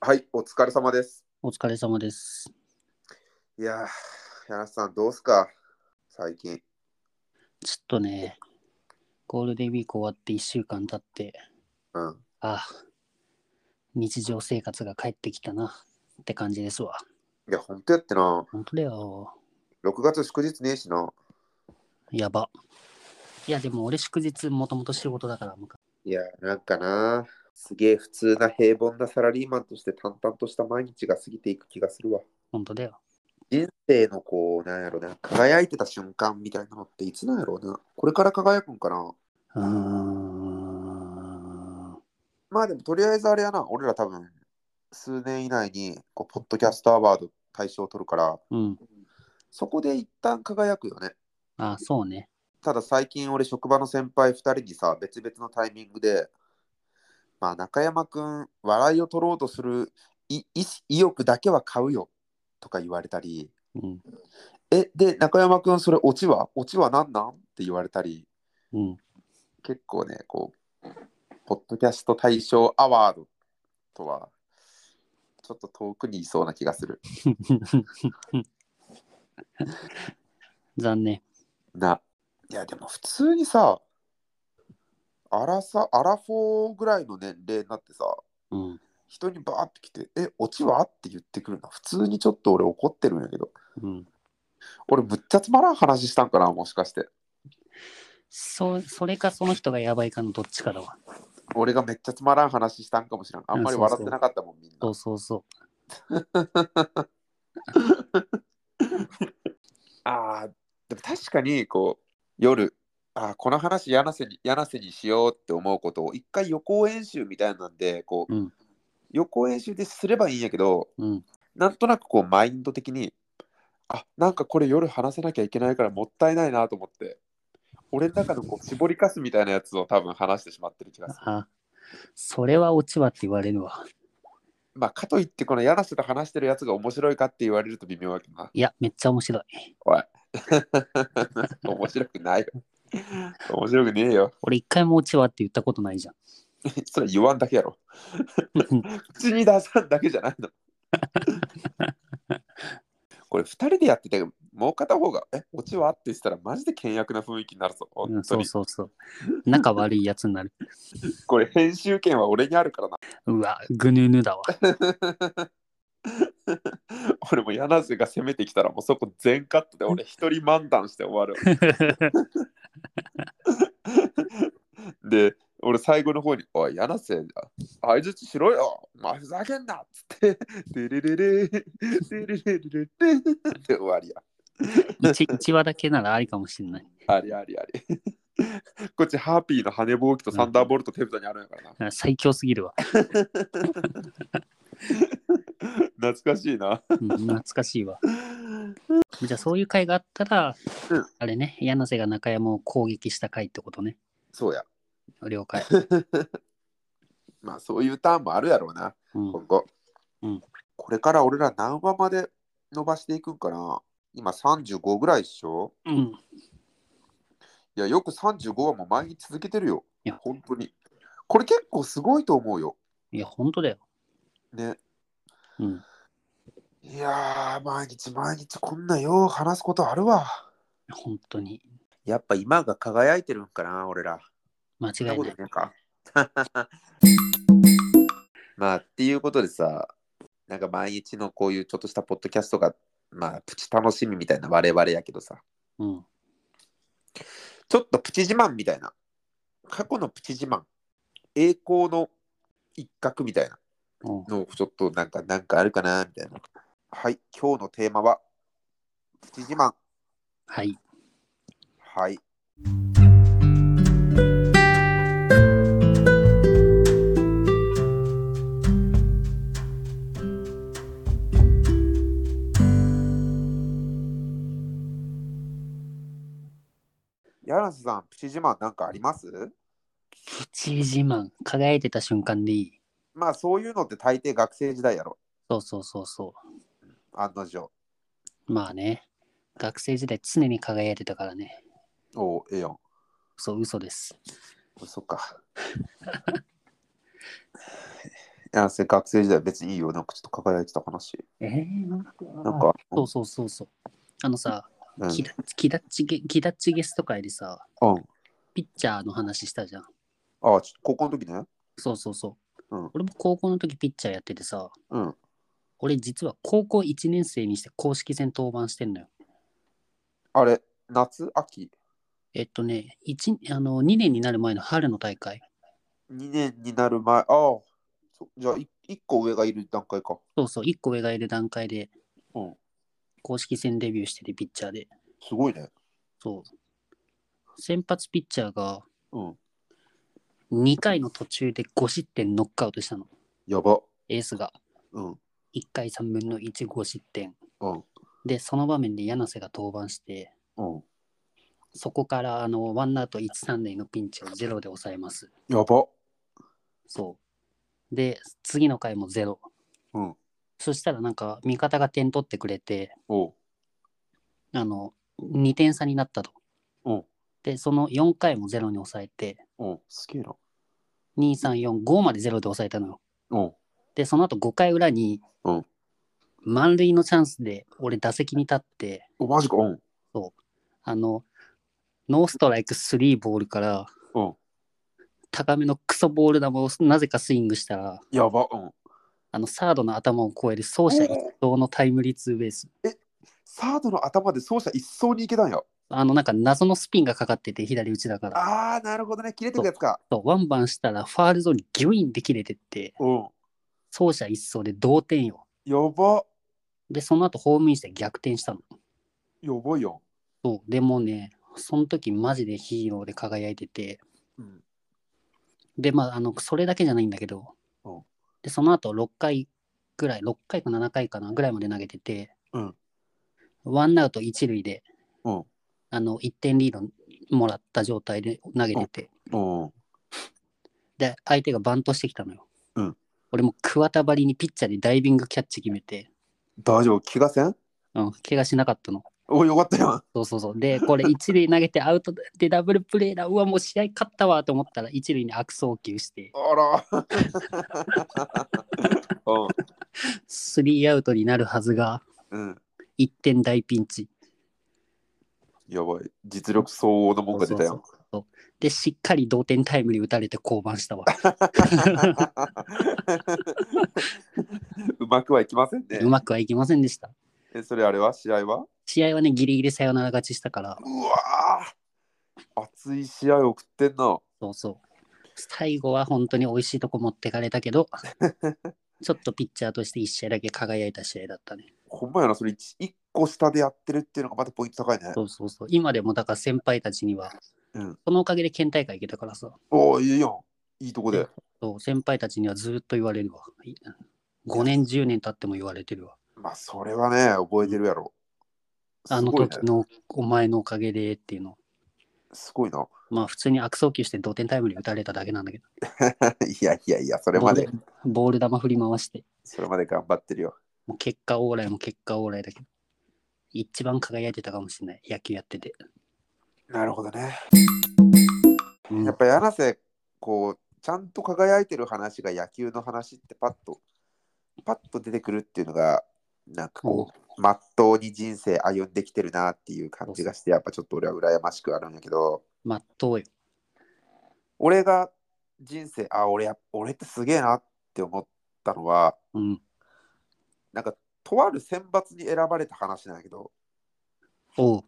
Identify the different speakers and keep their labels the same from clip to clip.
Speaker 1: はい、お疲れ様です。
Speaker 2: お疲れ様です。
Speaker 1: いやー、柳瀬さん、どうすか最近。
Speaker 2: ちょっとね、ゴールデンウィーク終わって1週間経って、
Speaker 1: うん。
Speaker 2: ああ、日常生活が帰ってきたなって感じですわ。
Speaker 1: いや、ほんとやってな。
Speaker 2: 本当だよ。
Speaker 1: 6月祝日ねえしな。
Speaker 2: やば。いや、でも俺祝日もともと仕事だから、むか
Speaker 1: いや、なんかな。すげえ普通な平凡なサラリーマンとして淡々とした毎日が過ぎていく気がするわ。
Speaker 2: 本当だよ。
Speaker 1: 人生のこう、なんやろな、輝いてた瞬間みたいなのっていつなんやろうな。これから輝くんかな。
Speaker 2: うーん。
Speaker 1: まあでも、とりあえずあれやな、俺ら多分、数年以内に、こう、ポッドキャストアワード大賞を取るから、
Speaker 2: うん。
Speaker 1: そこで一旦輝くよね。
Speaker 2: ああ、そうね。
Speaker 1: ただ最近俺職場の先輩2人にさ別々のタイミングでまあ中山くん笑いを取ろうとするい意思意欲だけは買うよとか言われたり
Speaker 2: うん。
Speaker 1: えで中山くんそれオチはオチは何なんって言われたり
Speaker 2: うん。
Speaker 1: 結構ねこうポッドキャスト大賞アワードとはちょっと遠くにいそうな気がする
Speaker 2: 残念。
Speaker 1: ないやでも普通にさアラサアラフォーぐらいの年齢になってさ
Speaker 2: うん。
Speaker 1: 人にバーって来て「えオチは?」って言ってくるな普通にちょっと俺怒ってるんやけど
Speaker 2: うん。
Speaker 1: 俺むっちゃつまらん話したんかなもしかして
Speaker 2: そそれかその人がやばいかのどっちかだわ。
Speaker 1: 俺がめっちゃつまらん話したんかもしれんあんまり笑ってなかったもんみん
Speaker 2: そ
Speaker 1: な
Speaker 2: うそうそう。
Speaker 1: あーでも確かにこう夜あーこの話柳瀬に柳瀬にしようって思うことを一回予行演習みたいなんでこう、
Speaker 2: うん
Speaker 1: 予行演習ですればいいんやけど
Speaker 2: うん。
Speaker 1: なんとなくこうマインド的にあなんかこれ夜話さなきゃいけないからもったいないなと思って俺の中のこう絞りかすみたいなやつを多分話してしまってる気がする
Speaker 2: あ、それは落ちはって言われるわ。
Speaker 1: まあかといってこの柳瀬と話してるやつが面白いかって言われると微妙だけどない
Speaker 2: や、めっちゃ面白い。
Speaker 1: おい面白くないよ面白くねえよ
Speaker 2: 俺一回も落ちはって言ったことないじゃん。
Speaker 1: それ言わんだけやろ口に出さんだけじゃないの これ2人でやっててもう片方が「えオチは?」って言ってたらマジで険悪な雰囲気になるぞ本当に、
Speaker 2: うん、そうそうそう。仲悪いやつになる。
Speaker 1: これ編集権は俺にあるからな。
Speaker 2: うわ、ぐぬぬだわ。
Speaker 1: 俺も柳瀬が攻めてきたらもうそこ全カットで俺一人漫談して終わる。で、俺最後の方に、おい、柳瀬、相づちしろよお前ふざけんなっつって、でれれれ、でれれれれれって終わりや。
Speaker 2: 一一話だけならありかもしれない。
Speaker 1: ありありあり。こっちハーピーの羽ぼうきとサンダーボルト手札にあるんやからな。
Speaker 2: あ最強すぎるわ。
Speaker 1: 懐かしいな。
Speaker 2: うん懐かしいわ。じゃあそういう回があったら、
Speaker 1: うん
Speaker 2: あれね、柳瀬が中山を攻撃した回ってことね。
Speaker 1: そうや。
Speaker 2: 了解。
Speaker 1: まあそういうターンもあるやろうな。
Speaker 2: うん
Speaker 1: 今後、
Speaker 2: うん
Speaker 1: これから俺ら何話まで伸ばしていくんかな今35ぐらいっしょ
Speaker 2: うん。
Speaker 1: いやよく35話も毎日続けてるよ
Speaker 2: いや
Speaker 1: 本当にこれ結構すごいと思うよ
Speaker 2: いや、本当だよ。
Speaker 1: ね
Speaker 2: うん。
Speaker 1: いやー毎日毎日こんなよう話すことあるわ
Speaker 2: 本当に。
Speaker 1: やっぱ今が輝いてるんかな俺ら
Speaker 2: 間違い
Speaker 1: そん
Speaker 2: な
Speaker 1: ないこ。とないか まあっていうことでさなんか毎日のこういうちょっとしたポッドキャストがまあプチ楽しみみたいな我々やけどさ
Speaker 2: うん。
Speaker 1: ちょっとプチ自慢みたいな。過去のプチ自慢。栄光の一角みたいな
Speaker 2: うん
Speaker 1: のをちょっとなんか、なんかあるかなみたいな。はい、今日のテーマは、プチ自慢。
Speaker 2: はい。
Speaker 1: はい。柳瀬さん、プチ自慢なんかあります
Speaker 2: プチ自慢。輝いてた瞬間でいい。
Speaker 1: まあそういうのって大抵学生時代やろ、
Speaker 2: そうそうそうそう。
Speaker 1: 案の定。
Speaker 2: まあね、学生時代常に輝いてたからね。
Speaker 1: おお、ええやん。
Speaker 2: そう、嘘です。
Speaker 1: そっか。や、せ学生時代別にいいよ。なんかちょっと輝いてた話。
Speaker 2: えー、なんか
Speaker 1: なんか、う
Speaker 2: そ
Speaker 1: ん
Speaker 2: うそうそうそう。あのさ、
Speaker 1: うん
Speaker 2: キダキダッチゲキダッチゲスト会でさ、
Speaker 1: うん。
Speaker 2: ピッチャーの話したじゃん。
Speaker 1: あ、ちょ高校の時ね。
Speaker 2: そうそうそう。
Speaker 1: うん
Speaker 2: 俺も高校の時ピッチャーやっててさ、
Speaker 1: うん。
Speaker 2: 俺実は高校1年生にして公式戦登板してんのよ。
Speaker 1: あれ、夏、秋、
Speaker 2: えっとね、一あの2年になる前の春の大会。
Speaker 1: 2年になる前、ああ、そじゃあい1個上がいる段階か。
Speaker 2: そうそう、1個上がいる段階で
Speaker 1: うん。
Speaker 2: 公式戦デビューしてて、ピッチャーで。
Speaker 1: すごいね。
Speaker 2: そう。先発ピッチャーが
Speaker 1: うん。
Speaker 2: 2回の途中で5失点ノックアウトしたの。
Speaker 1: やば。
Speaker 2: エースが
Speaker 1: うん。
Speaker 2: 1回3分の1、5失点。
Speaker 1: うん。
Speaker 2: で、その場面で柳瀬が登板して、
Speaker 1: うん。
Speaker 2: そこからあのワンアウト1、3塁のピンチをゼロで抑えます。
Speaker 1: やば。
Speaker 2: そう。で、次の回もゼロ。
Speaker 1: うん。
Speaker 2: そしたらなんか味方が点取ってくれて、
Speaker 1: おう。
Speaker 2: あの、2点差になったと。
Speaker 1: うん。
Speaker 2: で、その4回もゼロに抑えて、
Speaker 1: うん。すげえな。
Speaker 2: 2、3、4、5までゼロで抑えたのよ。
Speaker 1: うん。
Speaker 2: で、その後5回裏に、
Speaker 1: うん
Speaker 2: 満塁のチャンスで俺打席に立って、
Speaker 1: お、マジか。うん。
Speaker 2: あの、ノーストライクスリーボールから
Speaker 1: うん。
Speaker 2: 高めのクソボール球をなぜかスイングしたら、
Speaker 1: やば。うん。
Speaker 2: あのサードの頭を越える走者一掃のタイムリーツーベース。
Speaker 1: サードの頭で走者一掃に行けたんや。
Speaker 2: あのなんか謎のスピンがかかってて左打ちだから。
Speaker 1: ああ、なるほどね。切れてくやつか。
Speaker 2: そうワンバンしたらファールゾーンにギュインで切れてって、
Speaker 1: うん。
Speaker 2: 走者一掃で同点よ。
Speaker 1: やば。
Speaker 2: で、その後ホームインして逆転したの。
Speaker 1: やばいよ。
Speaker 2: そう、でもね、その時マジでヒーローで輝いてて、
Speaker 1: うん。
Speaker 2: で、まあ、あの、それだけじゃないんだけど
Speaker 1: うん、
Speaker 2: で、その後6回ぐらい、6回か7回かなぐらいまで投げてて、
Speaker 1: うん
Speaker 2: ワンアウト一塁で、
Speaker 1: うん。
Speaker 2: あの、1点リードもらった状態で投げてて、
Speaker 1: うん。
Speaker 2: で、相手がバントしてきたのよ。
Speaker 1: うん
Speaker 2: 俺も桑田張りにピッチャーでダイビングキャッチ決めて、
Speaker 1: 大丈夫。気がせん
Speaker 2: うん、怪我しなかったの。
Speaker 1: お、よかったやん。
Speaker 2: そうそうそう。で、これ1塁投げてアウトでダブルプレーだ。うわ、もう試合勝ったわと思ったら1塁に悪送球して、
Speaker 1: あら。うん。
Speaker 2: スリーアウトになるはずが
Speaker 1: うん。
Speaker 2: 1点大ピンチ。
Speaker 1: やばい。実力相応のもんが出たや
Speaker 2: そ
Speaker 1: ん
Speaker 2: う。そうそうで、しっかり同点タイムに打たれて降板したわ。
Speaker 1: うまくはいきませんね
Speaker 2: う。まくはいきませんでした。
Speaker 1: え、それあれは試合は
Speaker 2: 試合はね、ギリギリサヨナラ勝ちしたから、
Speaker 1: うわー熱い試合送ってんな。
Speaker 2: そうそう。最後は本当に美味しいとこ持ってかれたけ ど、ちょっとピッチャーとして1試合だけ輝いた試合だったね。
Speaker 1: ほんまやな、それ 1, 個下でやってるっていうのがまたポイント高いね。
Speaker 2: そうそうそう。今でもだから先輩たちには、
Speaker 1: うん
Speaker 2: そのおかげで県大会行けたからさ、
Speaker 1: おお、いいやん。いいとこで。
Speaker 2: そう先輩たちにはずっと言われるわ。い5年、10年経っても言われてるわ。
Speaker 1: まあ、それはね、覚えてるやろ。
Speaker 2: あの
Speaker 1: すごいね
Speaker 2: 時のお前のおかげでっていうの。
Speaker 1: すごいな。
Speaker 2: まあ普通に悪送球して同点タイムに打たれただけなんだけど。
Speaker 1: いやいやいや、それまで
Speaker 2: ボー、ルボール球振り回して、
Speaker 1: それまで頑張ってるよ。
Speaker 2: もう結果オーライも結果オーライだけど、一番輝いてたかもしれない、野球やってて。
Speaker 1: なるほどね。
Speaker 2: うん
Speaker 1: やっぱり柳瀬、こう、ちゃんと輝いてる話が野球の話ってパッと、パッと出てくるっていうのが、なんかこう、まっとうに人生歩んできてるなっていう感じがして、やっぱちょっと俺は羨ましくあるんやけど、
Speaker 2: まっとうよ。
Speaker 1: 俺が人生、あ、俺や、俺ってすげえなって思ったのは、
Speaker 2: うん。
Speaker 1: なんか、とある選抜に選ばれた話なんやけど、
Speaker 2: おう。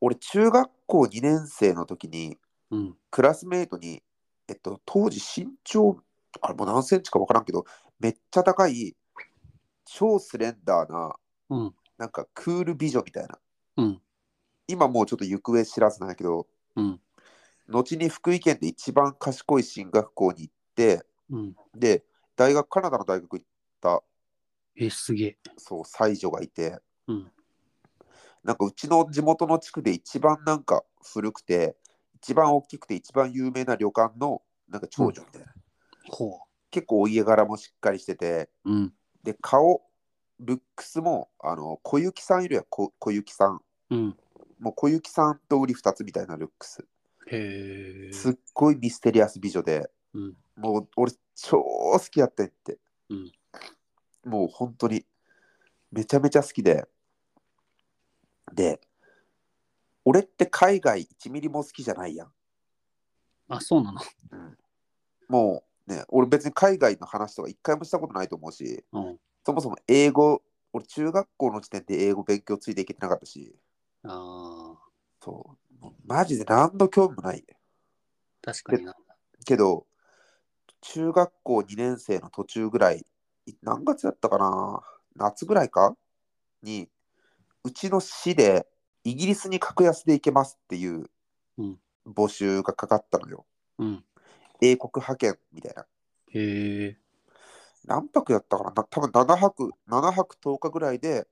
Speaker 1: 俺、中学校2年生の時に、
Speaker 2: うん。
Speaker 1: クラスメートに、えっと、当時身長、あれもう何センチか分からんけど、めっちゃ高い、超スレンダーな、
Speaker 2: うん。
Speaker 1: なんかクール美女みたいな。
Speaker 2: うん。
Speaker 1: 今もうちょっと行方知らずなんやけど、
Speaker 2: うん。
Speaker 1: 後に福井県で一番賢い進学校に行って、
Speaker 2: うん。
Speaker 1: で、大学、カナダの大学行った、
Speaker 2: え、すげえ。
Speaker 1: そう、才女がいて、
Speaker 2: うん。
Speaker 1: なんかうちの地元の地区で一番なんか古くて、一番大きくて一番有名な旅館のなんか長女みたいな。
Speaker 2: ほ
Speaker 1: 結構お家柄もしっかりしてて、
Speaker 2: う。うん。
Speaker 1: で顔ルックスもあの小雪さんいるやんこ小雪さん
Speaker 2: うん。
Speaker 1: もう小雪さんと売り2つみたいなルックス
Speaker 2: へえ。
Speaker 1: すっごいミステリアス美女で
Speaker 2: うん。
Speaker 1: もう俺超好きやってんって、
Speaker 2: うん
Speaker 1: もう本当にめちゃめちゃ好きでで俺って海外1ミリも好きじゃないやん
Speaker 2: あ、そうなの。
Speaker 1: もうね俺別に海外の話とか一回もしたことないと思うし
Speaker 2: うん。
Speaker 1: そもそも英語俺中学校の時点で英語勉強ついていけてなかったし
Speaker 2: ああ、
Speaker 1: そうもうマジで何の興味もない
Speaker 2: 確かにな。
Speaker 1: けど中学校2年生の途中ぐらいい何月だったかな夏ぐらいかにうちの市でイギリスに格安で行けますっていう
Speaker 2: うん
Speaker 1: 募集がかかったのよ、
Speaker 2: うん。
Speaker 1: 英国派遣みたいな
Speaker 2: へえ。
Speaker 1: 何泊だったかなな多分7泊7泊10日ぐらいで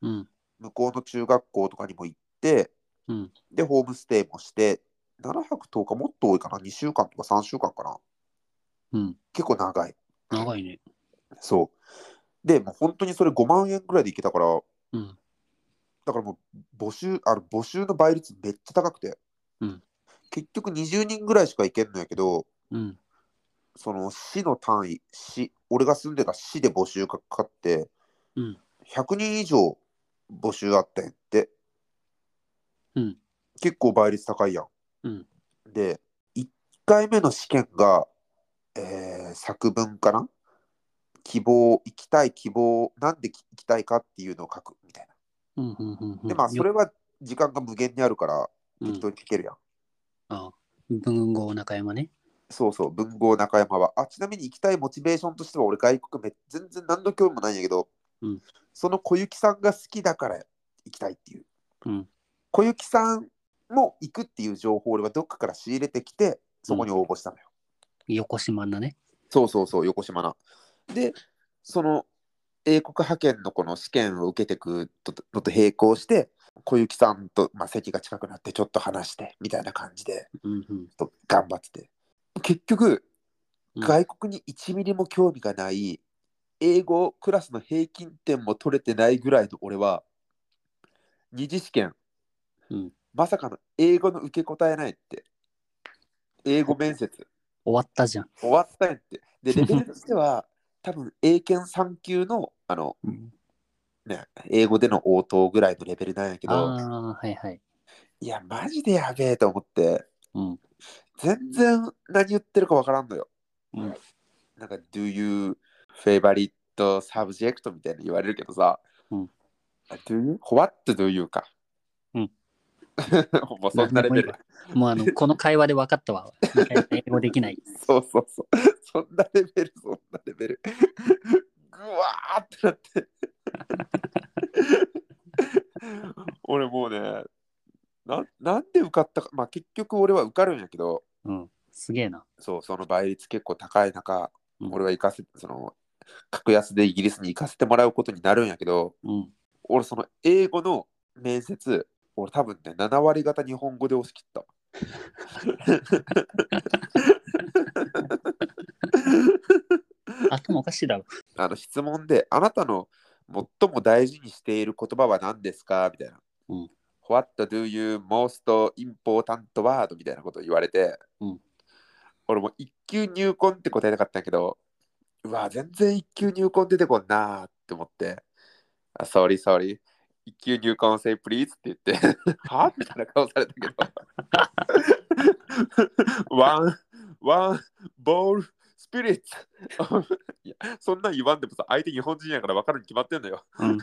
Speaker 2: うん。
Speaker 1: 向こうの中学校とかにも行って、
Speaker 2: うん
Speaker 1: でホームステイもして7泊10日もっと多いかな2週間とか3週間かな
Speaker 2: うん。
Speaker 1: 結構長い
Speaker 2: 長いね。
Speaker 1: そう。で、もう本当にそれ5万円ぐらいでいけたから、
Speaker 2: うん。
Speaker 1: だからもう募集、あの募集の倍率めっちゃ高くて、
Speaker 2: うん
Speaker 1: 結局20人ぐらいしか行けんのやけど、
Speaker 2: うん。
Speaker 1: その市の単位、市、俺が住んでた市で募集がかかって、
Speaker 2: うん
Speaker 1: 100人以上募集あってんって、
Speaker 2: うん
Speaker 1: 結構倍率高いやん。
Speaker 2: うん
Speaker 1: で、1回目の試験が、えー作文かな希望、行きたい希望、なんでき行きたいかっていうのを書くみたいな。
Speaker 2: うん。うん。うん。うん
Speaker 1: で、まあ、それは時間が無限にあるから、
Speaker 2: う
Speaker 1: 適
Speaker 2: ん
Speaker 1: 当に書けるやん。
Speaker 2: あ文豪中山ね。
Speaker 1: そうそう、文豪中山は。あ、ちなみに行きたいモチベーションとしては、俺、外国め、全然何の興味もないんやけど、
Speaker 2: うん
Speaker 1: その小雪さんが好きだから行きたいっていう。
Speaker 2: うん
Speaker 1: 小雪さんも行くっていう情報を俺はどっかから仕入れてきて、そこに応募したのよ。
Speaker 2: 横島なね。
Speaker 1: そうそうそう、横島な。で、その、英国派遣のこの試験を受けてくのと並行して、小雪さんと、まあ、席が近くなって、ちょっと話して、みたいな感じで、
Speaker 2: うん。うん。
Speaker 1: ちょっと頑張ってて。結局、
Speaker 2: うん
Speaker 1: 外国に1ミリも興味がない、英語クラスの平均点も取れてないぐらいの俺は、二次試験、
Speaker 2: うん
Speaker 1: まさかの英語の受け答えないって、英語面接、
Speaker 2: 終わったじゃん。
Speaker 1: 終わったやんって。 で、レベルとしては、多分英検3級の、あの、
Speaker 2: うん、
Speaker 1: ね、英語での応答ぐらいのレベルなんやけど、
Speaker 2: ああ、はいはい。
Speaker 1: いや、マジでやべえと思って、
Speaker 2: うん。
Speaker 1: 全然何言ってるかわからんのよ。
Speaker 2: うん
Speaker 1: なんか、Do you favorite subject? みたいな言われるけどさ、
Speaker 2: うん
Speaker 1: あ Do you? What do you か。
Speaker 2: うん。
Speaker 1: もうそんなレベル。
Speaker 2: もう あの、この会話で分かったわ。みたいな英語できない。
Speaker 1: そうそうそう。 そんなレベル、そんなレベル。ぐわーってなって。 俺もうね、ななんで受かったか、まあ結局俺は受かるんやけど、
Speaker 2: うん。すげえな。
Speaker 1: そう、その倍率結構高い中、
Speaker 2: うん
Speaker 1: 俺は行かせ、その、格安でイギリスに行かせてもらうことになるんやけど、
Speaker 2: うん。
Speaker 1: 俺、その英語の面接、俺多分ね、7割方日本語で押し切った。
Speaker 2: 頭おかしいだろ。
Speaker 1: あの、質問で、あなたの最も大事にしている言葉は何ですかみたいな。
Speaker 2: うん
Speaker 1: What do you most important word? みたいなことを言われて、
Speaker 2: うん
Speaker 1: 俺もう一級入魂って答えたかったんやけど、うわ、全然一級入魂出てこんなーって思って、あ Sorry, sorry. 一級入魂 say please って言って、はみたいな顔されたけど。 ワン、ワン、ボール、スピリッツ。いや、そんなん言わんでもさ、相手日本人やから分かるに決まってんだよ。
Speaker 2: うん。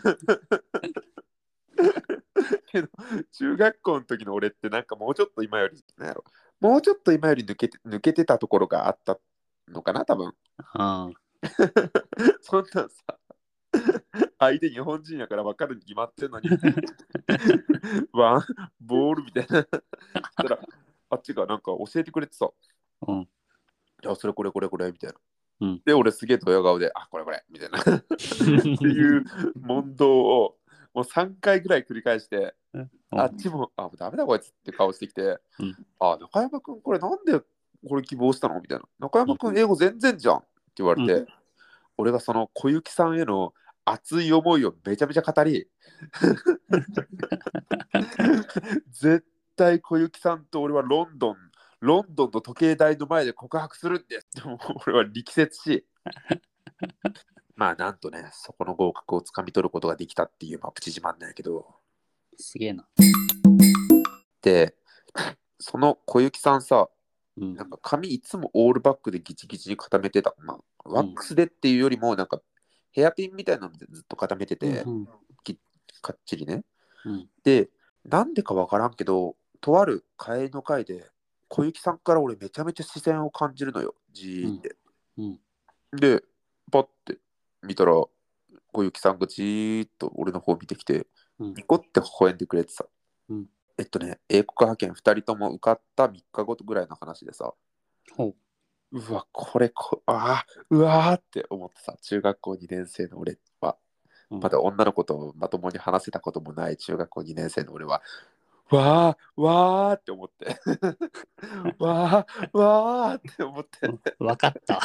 Speaker 1: けど、中学校の時の俺ってなんかもうちょっと今より、なんやろ、もうちょっと今より抜けて抜けてたところがあったのかな、多分。
Speaker 2: ああ。
Speaker 1: そんなんさ、 相手日本人やから分かるに決まってんの に、ワン、ボールみたいな。そしたら、あっちがなんか教えてくれてさ、
Speaker 2: うん。
Speaker 1: いや、それこれこれこれみたいな。
Speaker 2: うん
Speaker 1: で、俺すげえドヤ顔で、あ、これこれみたいな。っていう問答をもう3回ぐらい繰り返して、あっちも、あ、もうダメだこいつって顔してきて、
Speaker 2: うん
Speaker 1: あ、中山くんこれなんでこれ希望したのみたいな。中山くん英語全然じゃんって言われて、
Speaker 2: うん
Speaker 1: 俺がその小雪さんへの熱い思いをめちゃめちゃ語り、 絶対小雪さんと俺はロンドン、ロンドンの時計台の前で告白するんです。でも俺は力説 し。まあなんとね、そこの合格をつかみ取ることができたっていう、まあ、プチ自慢なんやけど。
Speaker 2: すげえな。
Speaker 1: で、その小雪さんさ、
Speaker 2: うん
Speaker 1: なんか髪いつもオールバックでギチギチに固めてた。まあ、ワックスでっていうよりも、なんかヘアピンみたいなのでずっと固めてて、
Speaker 2: うん
Speaker 1: かっちりね。
Speaker 2: うん
Speaker 1: で、なんでかわからんけど、とある会の会で、小雪さんから俺めちゃめちゃ視線を感じるのよ、じーって。
Speaker 2: うん
Speaker 1: で、パッて見たら、小雪さんがじーっと俺の方見てきて、
Speaker 2: うん
Speaker 1: ニコって微笑んでくれてさ。
Speaker 2: うん
Speaker 1: えっとね、英国派遣2人とも受かった3日後ぐらいの話でさ、
Speaker 2: ほ
Speaker 1: うわ、これこ、ああ、うわーって思ってさ、中学校2年生の俺は、
Speaker 2: う。うん
Speaker 1: まだ女の子とまともに話せたこともない中学校2年生の俺は、わー、わーって思って、 わー、わーって思って、
Speaker 2: わかった。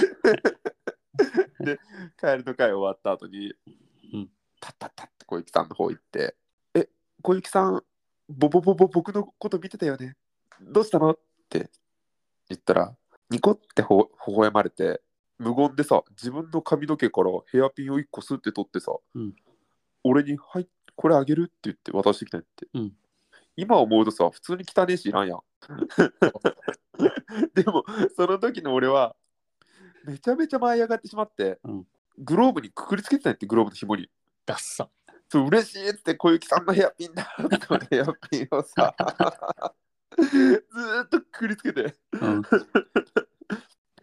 Speaker 1: 帰りの会終わった後に、
Speaker 2: うん
Speaker 1: タッタッタッて小雪さんの方行って、え、小雪さん、ボボボボ僕のこと見てたよね。どうしたのって言ったら、ニコってほ微笑まれて、無言でさ、自分の髪の毛からヘアピンを1個吸って取ってさ、
Speaker 2: うん
Speaker 1: 俺に、はい、これあげるって言って渡してきたんやって。
Speaker 2: うん
Speaker 1: 今思うとさ、普通に汚ねえしいらんやん。でも、その時の俺は、めちゃめちゃ舞い上がってしまって、
Speaker 2: うん
Speaker 1: グローブにくくりつけてないってグローブの紐に。
Speaker 2: ダッサ。
Speaker 1: そう嬉しいっつって小雪さんのヘアピンだって俺 ヘアピンをさずーっとくくりつけて
Speaker 2: うん。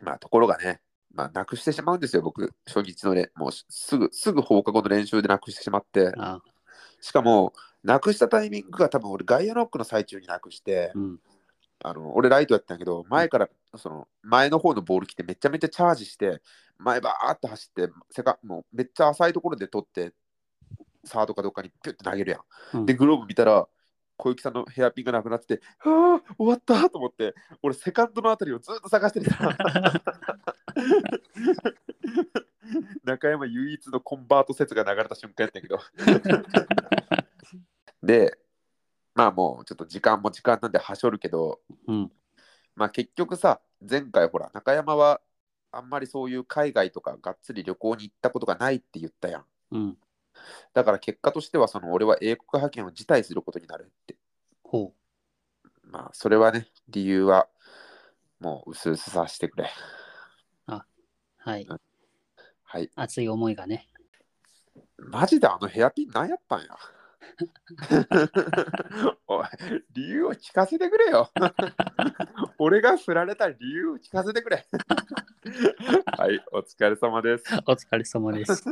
Speaker 1: まあところがねまあなくしてしまうんですよ僕初日の練もうすぐすぐ放課後の練習でなくしてしまって
Speaker 2: あ
Speaker 1: しかもなくしたタイミングが多分俺ガイアノックの最中になくして
Speaker 2: うん。
Speaker 1: あの俺ライトやってたんやけど前からその前の方のボール来てめちゃめちゃチャージして前バーって走ってセカもうめっちゃ浅いところで取ってサードかどっかにピュッて投げるやん
Speaker 2: うん
Speaker 1: で、グローブ見たら、小雪さんのヘアピンがなくなってて、ああ、終わったと思って、俺、セカンドのあたりをずっと探しててた。中山唯一のコンバート説が流れた瞬間やったんやけど。 で、まあもうちょっと時間も時間なんではしょるけど、
Speaker 2: うん。
Speaker 1: まあ結局さ、前回ほら、中山はあんまりそういう海外とかがっつり旅行に行ったことがないって言ったやん。
Speaker 2: うん。
Speaker 1: だから結果としては、その俺は英国派遣を辞退することになるって。
Speaker 2: ほ
Speaker 1: まあ、それはね、理由は、もう、薄々さしてくれ。
Speaker 2: う。はい。
Speaker 1: はい。
Speaker 2: 熱い思いがね。
Speaker 1: マジであのヘアピンなんやったんや。 おい、理由を聞かせてくれよ。 俺が振られた理由を聞かせてくれ。 はい、お疲れ様です。
Speaker 2: お疲れ様です。